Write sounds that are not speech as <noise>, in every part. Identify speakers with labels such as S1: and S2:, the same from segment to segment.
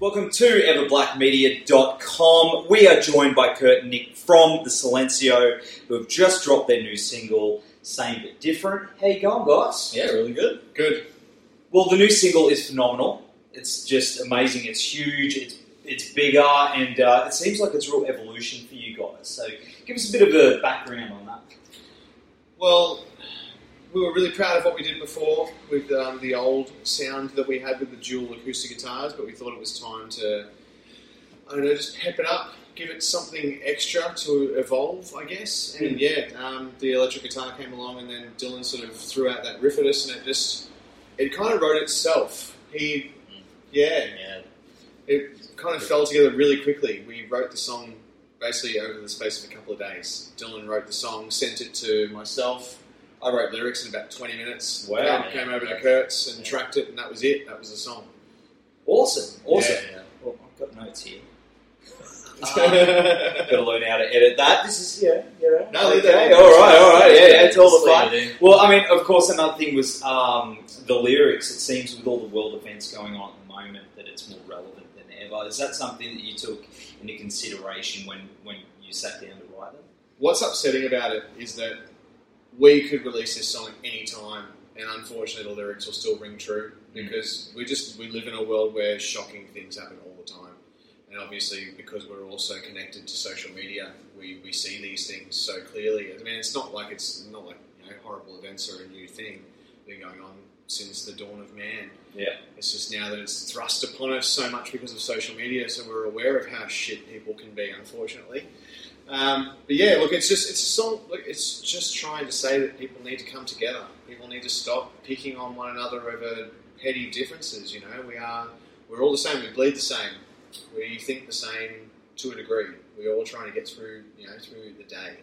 S1: Welcome to EverBlackMedia.com. We are joined by Kurt and Nick from The Silencio, who have just dropped their new single, Same But Different. How you going, guys?
S2: Yeah, really good. Good.
S1: Well, the new single is phenomenal. It's just amazing. It's huge. It's it's bigger, and uh, it seems like it's a real evolution for you guys. So, give us a bit of a background on that.
S2: Well, we were really proud of what we did before with um, the old sound that we had with the dual acoustic guitars, but we thought it was time to, I don't know, just pep it up, give it something extra to evolve, I guess. And yeah, um, the electric guitar came along, and then Dylan sort of threw out that riff at us, and it just, it kind of wrote itself. He, yeah,
S1: Yeah,
S2: it kind of fell together really quickly. We wrote the song basically over the space of a couple of days. Dylan wrote the song, sent it to myself. I wrote lyrics in about 20 minutes.
S1: Wow.
S2: Came- Came over to Kurtz and tracked it, and that was it. That was the song.
S1: awesome, awesome.
S2: Yeah, yeah.
S1: Well, I've got notes
S2: <laughs>
S1: here. Um,
S2: Ah.
S1: Got to learn how to edit that. This is yeah, yeah.
S2: No, leave that
S1: okay,
S2: in.
S1: all right, all right. Yeah, yeah, it's all
S2: Just
S1: the
S2: leave
S1: fun.
S2: it in.
S1: Well, I mean, of course, another thing was um, the lyrics. It seems with all the world events going on at the moment that it's more relevant than ever. Is that something that you took into consideration when when you sat down to write them?
S2: What's upsetting about it is that we could release this song at any time, and unfortunately, the lyrics will still ring true because we just we live in a world where shocking things happen all the time, and obviously because we're also connected to social media, we, we see these things so clearly. I mean, it's not like it's not like you know, horrible events are a new thing; they're going on since the dawn of man.
S1: Yeah,
S2: It's just now that it's thrust upon us so much because of social media, so we're aware of how shit people can be, unfortunately. Um, but yeah, look, it's just it's a song. Look, it's just trying to say that people need to come together. People need to stop picking on one another over petty differences. You know, we are we're all the same. We bleed the same. We think the same to a degree. We're all trying to get through, you know, through the day.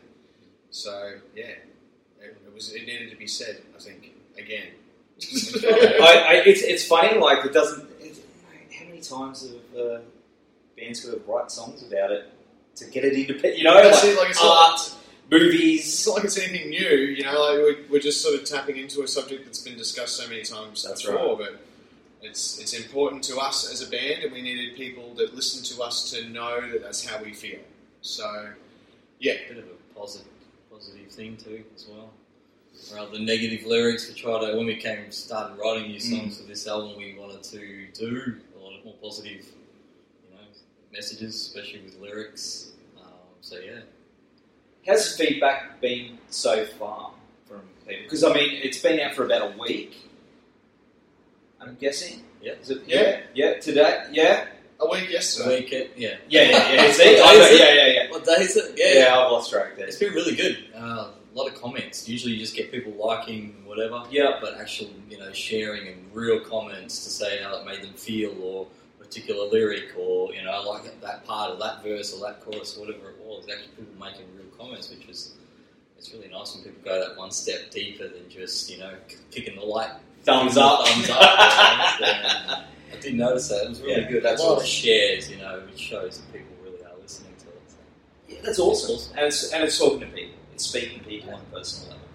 S2: So yeah, it, it was it needed to be said. I think again. <laughs>
S1: I, I, it's it's funny. Like it doesn't. It, how many times have uh, bands who have write songs about it to get it into pe- you know
S2: That's
S1: like,
S2: it, like, it's not-
S1: art movies?
S2: It's not like it's anything new, you know. Like we're, we're just sort of tapping into a subject that's been discussed so many times
S1: That's
S2: before, but it's it's important to us as a band, and we needed people that listen to us to know that that's how we feel. So, yeah,
S3: bit of a positive, positive thing too as well. Rather than negative lyrics, we try to when we came started writing new songs
S1: Mm.
S3: for this album, we wanted to do a lot of more positive, you know, messages, especially with lyrics. Um, so yeah,
S1: How's the feedback been so far from people? Because I mean, it's been out for about a week. I'm guessing.
S3: yeah.
S1: Is it?
S2: Yeah.
S1: yeah. Today, yeah,
S2: a week yesterday.
S3: Weekend, yeah,
S1: yeah, yeah. yeah. <laughs> See,
S3: What
S1: I
S3: day
S1: know,
S3: is it?
S1: yeah, yeah, yeah.
S3: What day is it?
S1: Yeah, I've lost track there.
S3: It's been really good. Uh, a lot of comments. Usually, you just get people liking whatever.
S1: Yeah.
S3: But actual, you know, sharing and real comments to say how it made them feel, or particular lyric, or you know, I like it- that part of that verse or that chorus, whatever it was. Actually, people making real comments, which is it's really nice when people go that one step deeper than just you know k- kicking the light
S1: Thumbs up.
S3: <laughs> thumbs up. you know, and I did notice that. It was really
S1: Yeah,
S3: good.
S1: that's
S3: a lot
S1: awesome.
S3: of shares, you know, which shows that people really are listening to it. So.
S1: Yeah, that's awesome. And it's and it's talking to people. It's speaking to people on a personal level.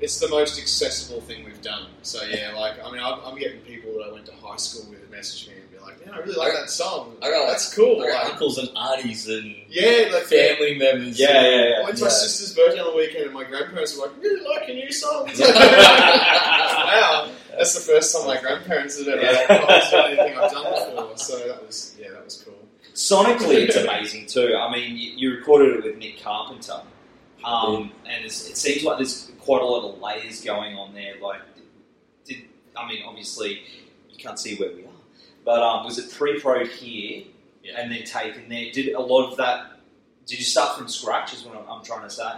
S2: It's the most accessible thing we've done. So yeah, like I mean, I'm, I'm getting people that I went to high school with message me and be like, "Man, I really like that song.
S3: I got
S2: that's cool."
S3: I got
S2: Like,
S3: uncles and aunties and
S2: yeah, like
S3: family members.
S1: Yeah, yeah, yeah.
S2: I went to my sister's birthday on the weekend, and my grandparents were like, "Really like your new
S1: <laughs>
S2: song." <laughs> wow, that's the first time my grandparents had ever acknowledged anything I've done before. So that was yeah, that was cool.
S1: Sonically,
S3: <laughs>
S1: it's amazing too. I mean, you, you recorded it with Nick Carpenter, um, and it's, it seems like there's quite a lot of layers going on there. Like, did I mean, obviously, you can't see where we are, but um, was it pre-pro here
S3: Yeah.
S1: and then taken there? Did a lot of that? Did you start from scratch? Is what I'm, I'm trying to say.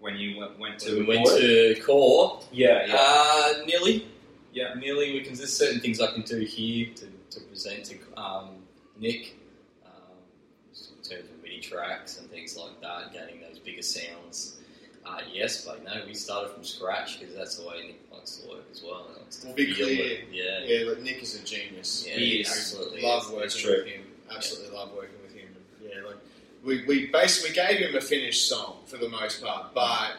S1: When you went, went to
S3: we went
S1: record it?
S3: to core.
S1: yeah, yeah,
S3: Uh, nearly.
S1: Yeah.
S3: nearly. We can. There's certain things I can do here to, to present to um, Nick um, in terms of MIDI tracks and things like that, getting those bigger sounds. uh, yes, but no, we started from scratch because that's the way Nick likes to work as well. He likes to
S2: Well, be
S3: feel
S2: clear.
S3: it. Yeah.
S2: Yeah, but Nick is a genius.
S3: Yeah,
S1: he is.
S3: absolutely.
S2: Love
S3: It's
S2: working
S3: true.
S2: with him. Absolutely love working with him. Yeah, like we we basically we gave him a finished song for the most part, but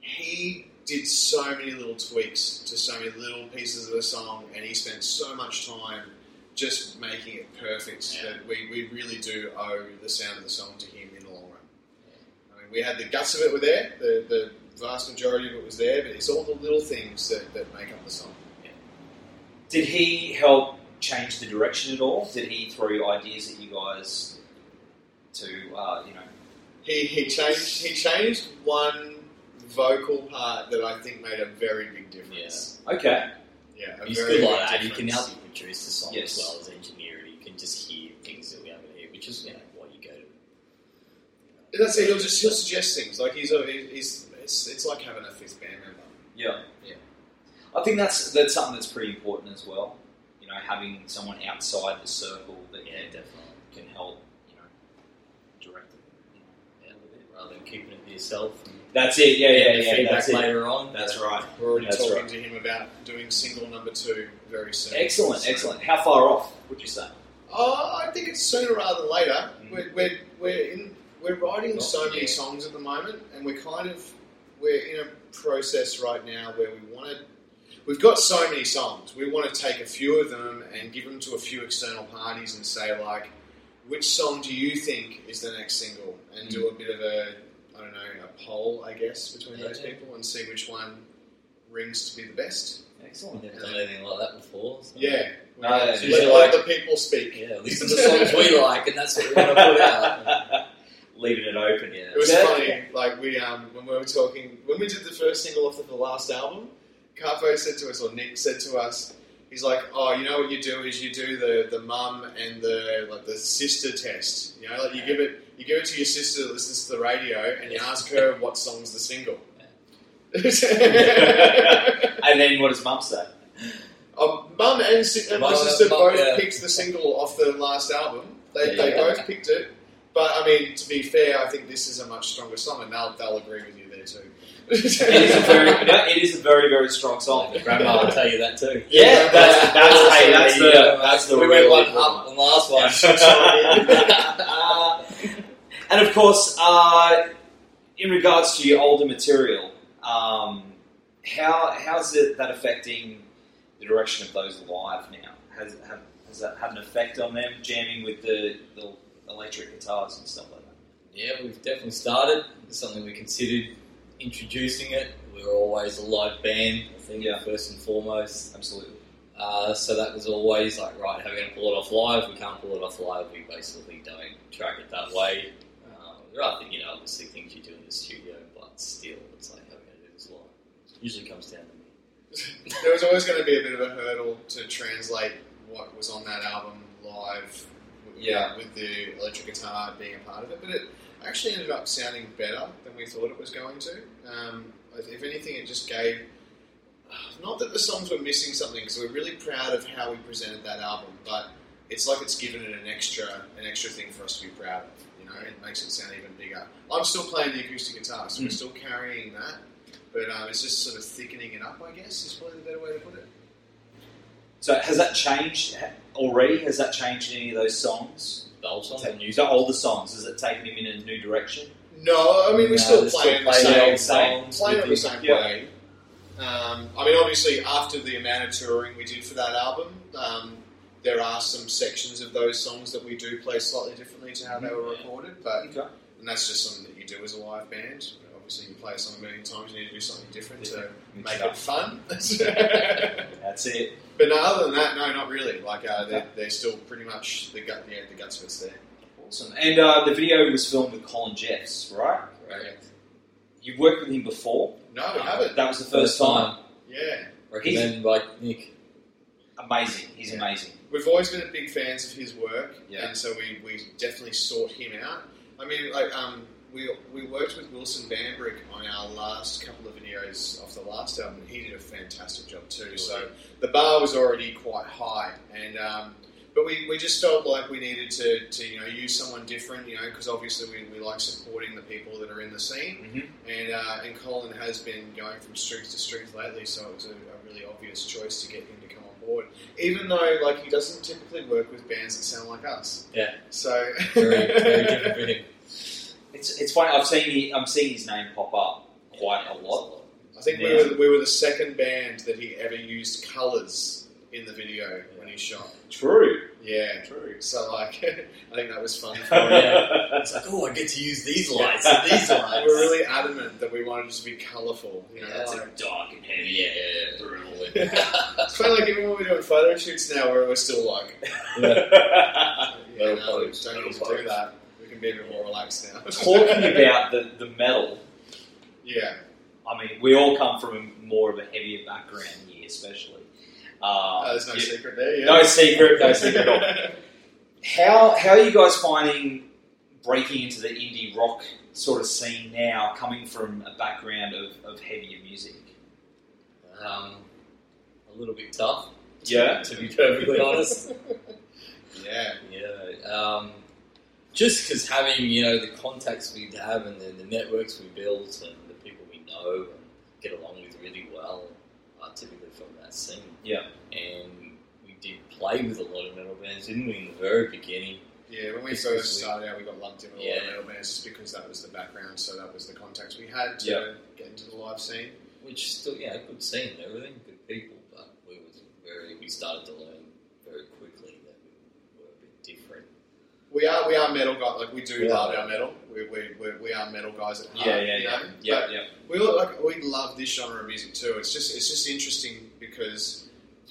S2: he did so many little tweaks to so many little pieces of the song, and he spent so much time just making it perfect
S3: Yeah.
S2: that we, we really do owe the sound of the song to him in the long run. I mean, we had the guts of it were there, the, the vast majority of it was there, but it's all the little things that, that make up the song.
S1: Did he help change the direction at all? Did he throw ideas at you guys to, uh, you know,
S2: He, he changed he changed one vocal part that I think made a very big difference.
S1: okay,
S2: Yeah, a
S3: He's
S2: very
S3: good
S2: big
S3: like that. He can help
S2: difference.
S3: you produce the song
S1: Yes.
S3: as well as engineer it. You can just hear things that we haven't heard, which is you know why you go to.
S2: That's it. He'll just he'll suggest things like he's a, he's it's, it's like having a fifth band member.
S1: yeah,
S3: Yeah.
S1: I think that's that's something that's pretty important as well. You know, having someone outside the circle that
S3: Yeah, definitely.
S1: can help, you know, direct it. you know.
S3: Yeah, rather than keeping it to yourself. and
S1: That's it. Yeah, yeah,
S3: getting the
S1: yeah.
S3: feedback
S1: that's it.
S3: later on.
S1: That's
S3: Yeah.
S1: right.
S2: We're already
S1: That's
S2: talking
S1: right.
S2: to him about doing single number two very soon.
S1: Excellent,
S2: So-
S1: excellent. How far off would you say?
S2: Oh, I think it's sooner rather than later.
S1: Mhm.
S2: We're, we're, we're, in, we're writing
S3: Not
S2: so many
S3: yet.
S2: songs at the moment, and we're kind of we're in a process right now where we want to. We've got so many songs. We want to take a few of them and give them to a few external parties and say like, which song do you think is the next single? And do
S1: Mm.
S2: a bit of a I don't know a poll, I guess, between
S3: Yeah,
S2: those
S3: yeah.
S2: people and see which one rings to be the best.
S3: Excellent. Never done anything like that before. so-
S2: Yeah,
S1: No,
S2: Let-
S1: it's usually
S2: let the people speak.
S3: Yeah, listen to the songs we like, and that's what we want to
S1: <laughs>
S3: put out.
S1: Leaving it open.
S3: Yeah.
S2: It was
S1: Yeah.
S2: funny, like we um, when we were talking when we did the first single off of the last album, Carpo said to us or Nick said to us, he's like, Oh, you know what you do is you do the, the mum and the like the sister test. You know, like you give it you give it to your sister that listens to the radio and you
S3: Yeah.
S2: ask her what song's the single. <laughs>
S3: <laughs>
S1: And then what does Mum say?
S2: um, mum and, si- and my
S3: Mum,
S2: sister
S3: mum,
S2: both
S3: yeah.
S2: picked the single off the last album. They,
S3: Yeah.
S2: they both picked it. But I mean, to be fair, I think this is a much stronger song, and they'll, they'll agree with you there too. <laughs>
S1: It is a very, no, it is a very, very strong song.
S3: Grandma will tell you that too.
S1: Yeah, that's that's hey, that's the that's the
S3: we
S1: real
S3: went one
S1: important
S3: up on the last one.
S1: <laughs> Uh, and of course, uh, in regards to your older material, um, how how's it that affecting the direction of those live now? Has have, has that had an effect on them jamming with the, the electric guitars and stuff like that?
S3: Yeah, we've definitely started. It's something we considered introducing it. We were always a live band, I think,
S1: Yeah.
S3: first and foremost.
S1: Absolutely.
S3: Uh, so that was always like, right, how are we going to pull it off live? We can't pull it off live. We basically don't track it that way. Uh, there are, things, you know, obviously things you do in the studio, but still, it's like, how are we going to do this live? usually comes down to me.
S2: there was always going to be a bit of a hurdle to translate what was on that album live. with-
S1: Yeah.
S2: with the electric guitar being a part of it, but it actually ended up sounding better than we thought it was going to. Um, if anything, it just gave. Not that the songs were missing something, because we're really proud of how we presented that album, but it's like it's given it an extra, an extra thing for us to be proud of. You know, it makes it sound even bigger. I'm still playing the acoustic guitar, so we're
S1: Mm.
S2: still carrying that. But um, it's just sort of thickening it up, I guess, is probably the better way to put it.
S1: So has that changed already? Has that changed any of those songs?
S3: The old songs and new
S1: The older songs has it taken them in a new direction?
S2: No, I mean, we're
S3: No,
S2: still
S3: they
S2: playing
S3: play
S1: the
S2: the
S1: old
S2: same,
S3: songs
S2: playing
S3: with
S2: it the
S3: the-
S2: same
S1: yeah.
S2: way. Um, I mean, obviously, after the amount of touring we did for that album, um, there are some sections of those songs that we do play slightly differently to how they were
S3: Yeah.
S2: recorded, but
S1: Okay.
S2: and that's just something that you do as a live band. Obviously, you play a song a million times, you need to do something different to make it fun.
S1: That's it.
S2: <laughs> but no, other than that, no, not really. Like uh, they're, they're still pretty much the gut, yeah, the guts of it's there.
S1: Awesome. And uh, the video was filmed with Colin Jeffs, right?
S3: Right.
S1: You've worked with him before.
S2: No, we
S1: Uh,
S2: haven't.
S1: That was the first, time.
S2: Yeah.
S3: Recommended by Nick.
S1: Amazing. He's
S2: Yeah.
S1: amazing.
S2: We've always been big fans of his work,
S1: Yeah.
S2: and so we, we definitely sought him out. I mean, like um, we, we worked with Wilson Bambrick on our last couple of videos off the last album, and he did a fantastic job too. So the bar was already quite high, and um, but we, we just felt like we needed to, to you know use someone different, you know, because obviously we, we like supporting the people that are in the scene,
S1: Mhm.
S3: Mm-hmm.
S2: and uh, and Colin has been going from strength to strength lately, so it was a, a really obvious choice to get him to come on board, even though like he doesn't typically work with bands that sound like us.
S3: Yeah.
S2: So <laughs>
S3: Very, very different for him.
S1: It's it's funny. I've seen he, I'm seeing his name pop up quite a lot.
S2: I think
S1: Yeah.
S2: we, were, we were the second band that he ever used colours in the video when he shot.
S1: True.
S2: Yeah.
S1: True.
S2: So like, <laughs> I think that was
S1: <laughs>
S2: fun. For
S3: Oh,
S2: him.
S3: yeah. It's like, oh, I get to use these lights
S2: <laughs>
S3: and these lights.
S2: we were really adamant that we wanted it to be colourful. You
S3: yeah,
S2: know,
S3: that's
S2: like,
S3: like dark and heavy. Yeah, yeah, yeah. brutal.
S2: it's kind of like even when we're doing photo shoots now, where we're
S1: <laughs>
S2: still like, yeah,
S3: Metal
S2: no,
S3: pose,
S2: don't
S3: metal
S2: need to do
S3: pose.
S2: that. We can be a bit more relaxed now. <laughs>
S1: Talking about the, the metal,
S2: yeah,
S1: I mean, we all come from a, more of a heavier background here, especially. Um,
S2: Uh, there's no
S1: you-
S2: secret there. Yeah.
S1: no secret, no secret at all. How how are you guys finding breaking into the indie rock sort of scene now, coming from a background of, of heavier music?
S3: Um, a little bit tough,
S1: Yeah.
S3: to be perfectly honest.
S2: <laughs> yeah,
S3: Yeah, um, just because having you know the contacts we have and the, the networks we built and the people we know and get along with really well are typically from that scene.
S1: Yeah.
S3: and we did play with a lot of metal bands, didn't we? In the very beginning,
S2: yeah. When we
S3: It's
S2: first
S3: just-
S2: started out, we got lumped in with a lot
S3: Yeah.
S2: of metal bands just because that was the background, so that was the contacts we had to
S1: Yeah.
S2: get into the live scene.
S3: which still yeah, good scene and everything, good people, but we was very we started to learn very quickly that we were a bit different.
S2: We are we are metal guys. Like we do
S3: Yeah.
S2: love our metal. We, we, we, we are metal guys at heart.
S1: Yeah, yeah,
S2: you
S1: yeah,
S2: know?
S1: yeah, yeah.
S2: But We look like we love this genre of music too. It's just it's just interesting because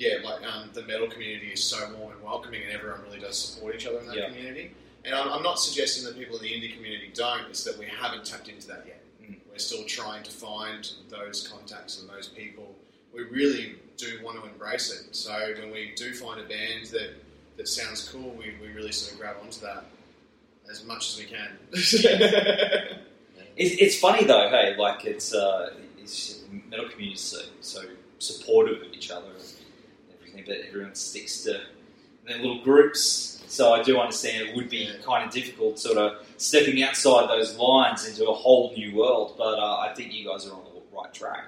S2: yeah, like um, the metal community is so warm and welcoming, and everyone really does support each other in that
S1: Yeah.
S2: community. And I'm, I'm not suggesting that people in the indie community don't. It's that we haven't tapped into that yet.
S1: Mm.
S2: We're still trying to find those contacts and those people. We really do want to embrace it. So when we do find a band that that sounds cool, we, we really sort of grab onto that as much as we can. <laughs>
S1: It's, it's funny though, hey, like it's uh, it's just the metal community is so, so supportive of each other and everything, but everyone sticks to their little groups. So I do understand it would be
S2: Yeah.
S1: kind of difficult, sort of stepping outside those lines into a whole new world. But uh, I think you guys are on the right track.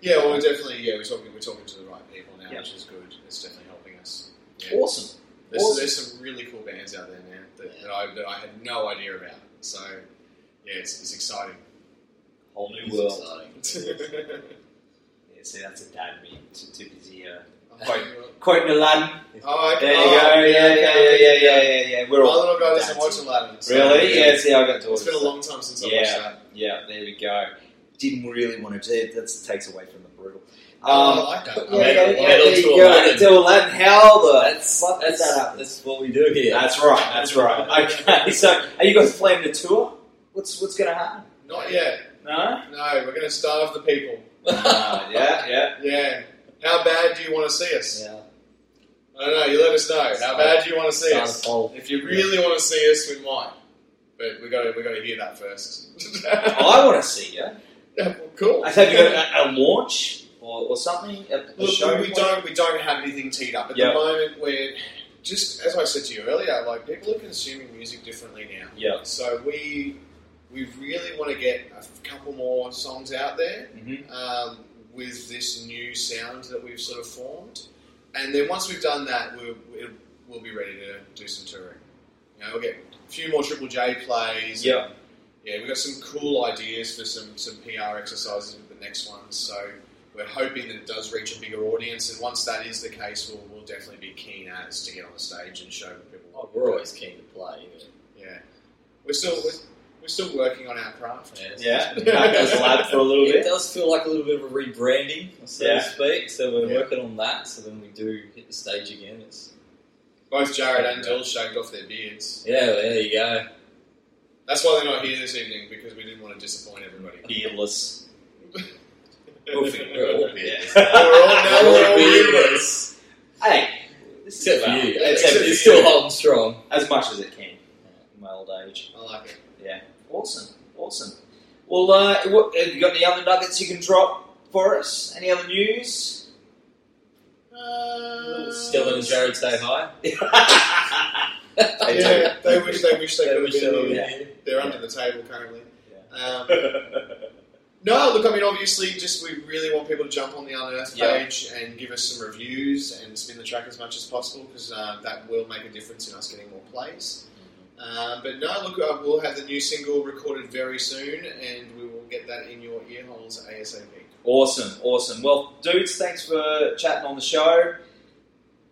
S2: Yeah, well, we're definitely yeah we're talking we're talking to the right people now,
S1: Yeah.
S2: which is good. It's definitely helping us. Yeah.
S1: Awesome.
S2: There's,
S1: awesome.
S2: there's some really cool bands out there now that, that, I, that I had no idea about. So yeah, it's, it's exciting. <laughs>
S1: Whole new
S3: It's
S1: world.
S3: exciting. <laughs>
S1: Yeah, see, that's a dad me. Too, too busy. Uh,
S2: Quite-
S1: quoting Aladdin.
S2: oh,
S1: There you
S2: oh,
S1: go. Yeah, yeah, yeah, yeah, yeah,
S2: yeah.
S1: yeah. yeah. We're
S2: My
S1: all
S2: little guy
S1: dads.
S2: doesn't watch Aladdin. So
S1: Really? Yeah. See, I got daughters.
S2: It's been a long time since I
S1: Yeah.
S2: watched that.
S1: Yeah, there we go. Didn't really want to. That that takes away from the brutal.
S2: Oh,
S1: Um,
S2: I like that.
S3: yeah, Metal-
S1: yeah,
S3: metal
S1: there you
S3: to
S1: go,
S3: Aladdin.
S1: To Aladdin. How the
S3: That's
S1: fuck did
S3: that's,
S1: that happen?
S3: that's what we do here.
S1: That's right. That's right. <laughs> Okay. So, are you guys planning a tour? What's what's going to happen?
S2: Not yet.
S1: <laughs> No.
S2: No, we're going to starve the people.
S1: Uh, yeah. Yeah.
S2: Yeah. How bad do you want to see us?
S3: yeah.
S2: I don't know. You let us know. How bad do you want to see
S3: Start
S2: us?
S3: a poll.
S2: If you really want to see us, we might. But we got to we got to hear that first. <laughs>
S1: I want to see you.
S2: Yeah, well, cool.
S1: Have you got a, a launch or, or something? A, a
S2: Look,
S1: show?
S2: we don't we don't have anything teed up at
S1: Yeah.
S2: the moment. We're just as I said to you earlier. Like people are consuming music differently now.
S1: Yeah.
S2: So we we really want to get a couple more songs out there
S1: hmm
S2: um, with this new sound that we've sort of formed, and then once we've done that, we'll we'll, we'll be ready to do some touring. You know, we'll get a few more Triple J plays.
S1: Yeah.
S2: Yeah, we've got some cool ideas for some, some PR exercises with the next one. So we're hoping that it does reach a bigger audience. And once that is the case, we'll, we'll definitely be keen as to get on the stage and show people.
S3: Oh, we're always keen to play. Isn't it?
S2: Yeah. We're still, we're, we're still working on our craft.
S1: Yeah. That goes lab for a little
S3: It
S1: bit.
S3: does feel like a little bit of a rebranding, so
S1: Yeah.
S3: to speak. So we're
S2: Yeah.
S3: working on that. So when we do hit the stage again, it's
S2: Both Jared and Dill shaved off their beards.
S3: yeah. well, There you go.
S2: That's why they're not here this evening, because we didn't want to disappoint everybody. <laughs>
S1: Beardless.
S3: We're all beardless.
S2: We're all, now
S3: We're
S2: we're all
S3: all
S2: beardless.
S3: beardless.
S1: Hey. this is
S3: Except for
S1: about-
S3: you.
S2: Except
S3: Except
S2: for
S3: you're
S2: you.
S3: still holding strong.
S1: as much as it can uh, in my old age.
S2: I like it.
S1: Awesome, awesome. Well, uh,
S3: <laughs>
S1: what, have you got any other nuggets you can drop for us? Any other news?
S2: Uh,
S3: Dylan and Jared say hi.
S2: Yeah, they wish they wish they
S3: They
S2: could have
S3: wish they
S2: been.
S3: were
S2: on-
S3: there.
S2: They're under the table currently. Um, No, look, I mean, obviously, just we really want people to jump on the Unearth
S3: Yeah.
S2: page and give us some reviews and spin the track as much as possible because uh, that will make a difference in us getting more plays. Uh, but no, look, uh, we'll have the new single recorded very soon and we will get that in your ear holes ASAP.
S1: Awesome, awesome. Well, dudes, thanks for chatting on the show.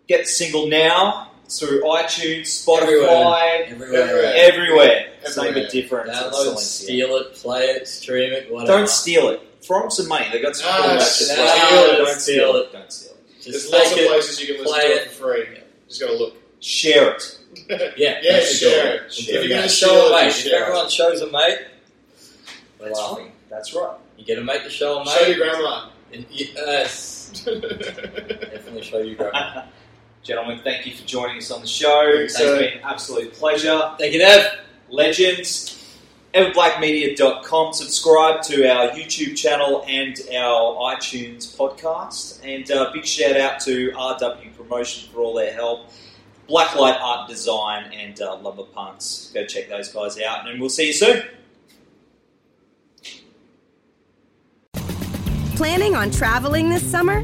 S1: Get the single now through iTunes, Spotify,
S3: Everywhere.
S2: Everywhere.
S1: everywhere. Same
S2: Everywhere.
S1: but different.
S3: Download,
S1: Excellent. Yeah.
S3: steal it, play it, stream it, whatever.
S1: Don't steal it. Throw 'em some money. They got some
S2: No,
S1: cool
S2: no,
S1: merch as
S2: no,
S1: well.
S3: don't
S1: Don't
S3: steal
S1: steal it. Don't steal it.
S3: Just
S2: There's lots
S3: take
S2: of
S3: it.
S2: places you can listen
S3: play
S2: to
S3: it.
S2: it for free. Just got to
S3: <laughs>
S2: look.
S1: Share it.
S3: Yeah,
S2: Yeah,
S3: that's the goal.
S2: share it.
S3: We'll
S2: If
S3: do
S2: you're
S3: that.
S2: gonna
S3: show
S2: share it,
S3: a mate,
S2: share
S3: if
S2: it.
S3: everyone shows a mate, we're
S1: That's
S3: laughing.
S1: That's right.
S3: You get to make the show a mate.
S2: Show your grandma.
S3: And you- yes,
S2: <laughs>
S3: definitely show your grandma.
S1: <laughs> Gentlemen, thank you for joining us on the show. It's
S2: sir.
S1: been an absolute pleasure.
S3: Thank you, Dev.
S1: Legends, everblackmedia.com. Subscribe to our YouTube channel and our iTunes podcast. And uh, big shout out to RW Promotion for all their help. Blacklight Art Design and uh, Lumber Punks. Go check those guys out, and we'll see you soon.
S4: Planning on traveling this summer?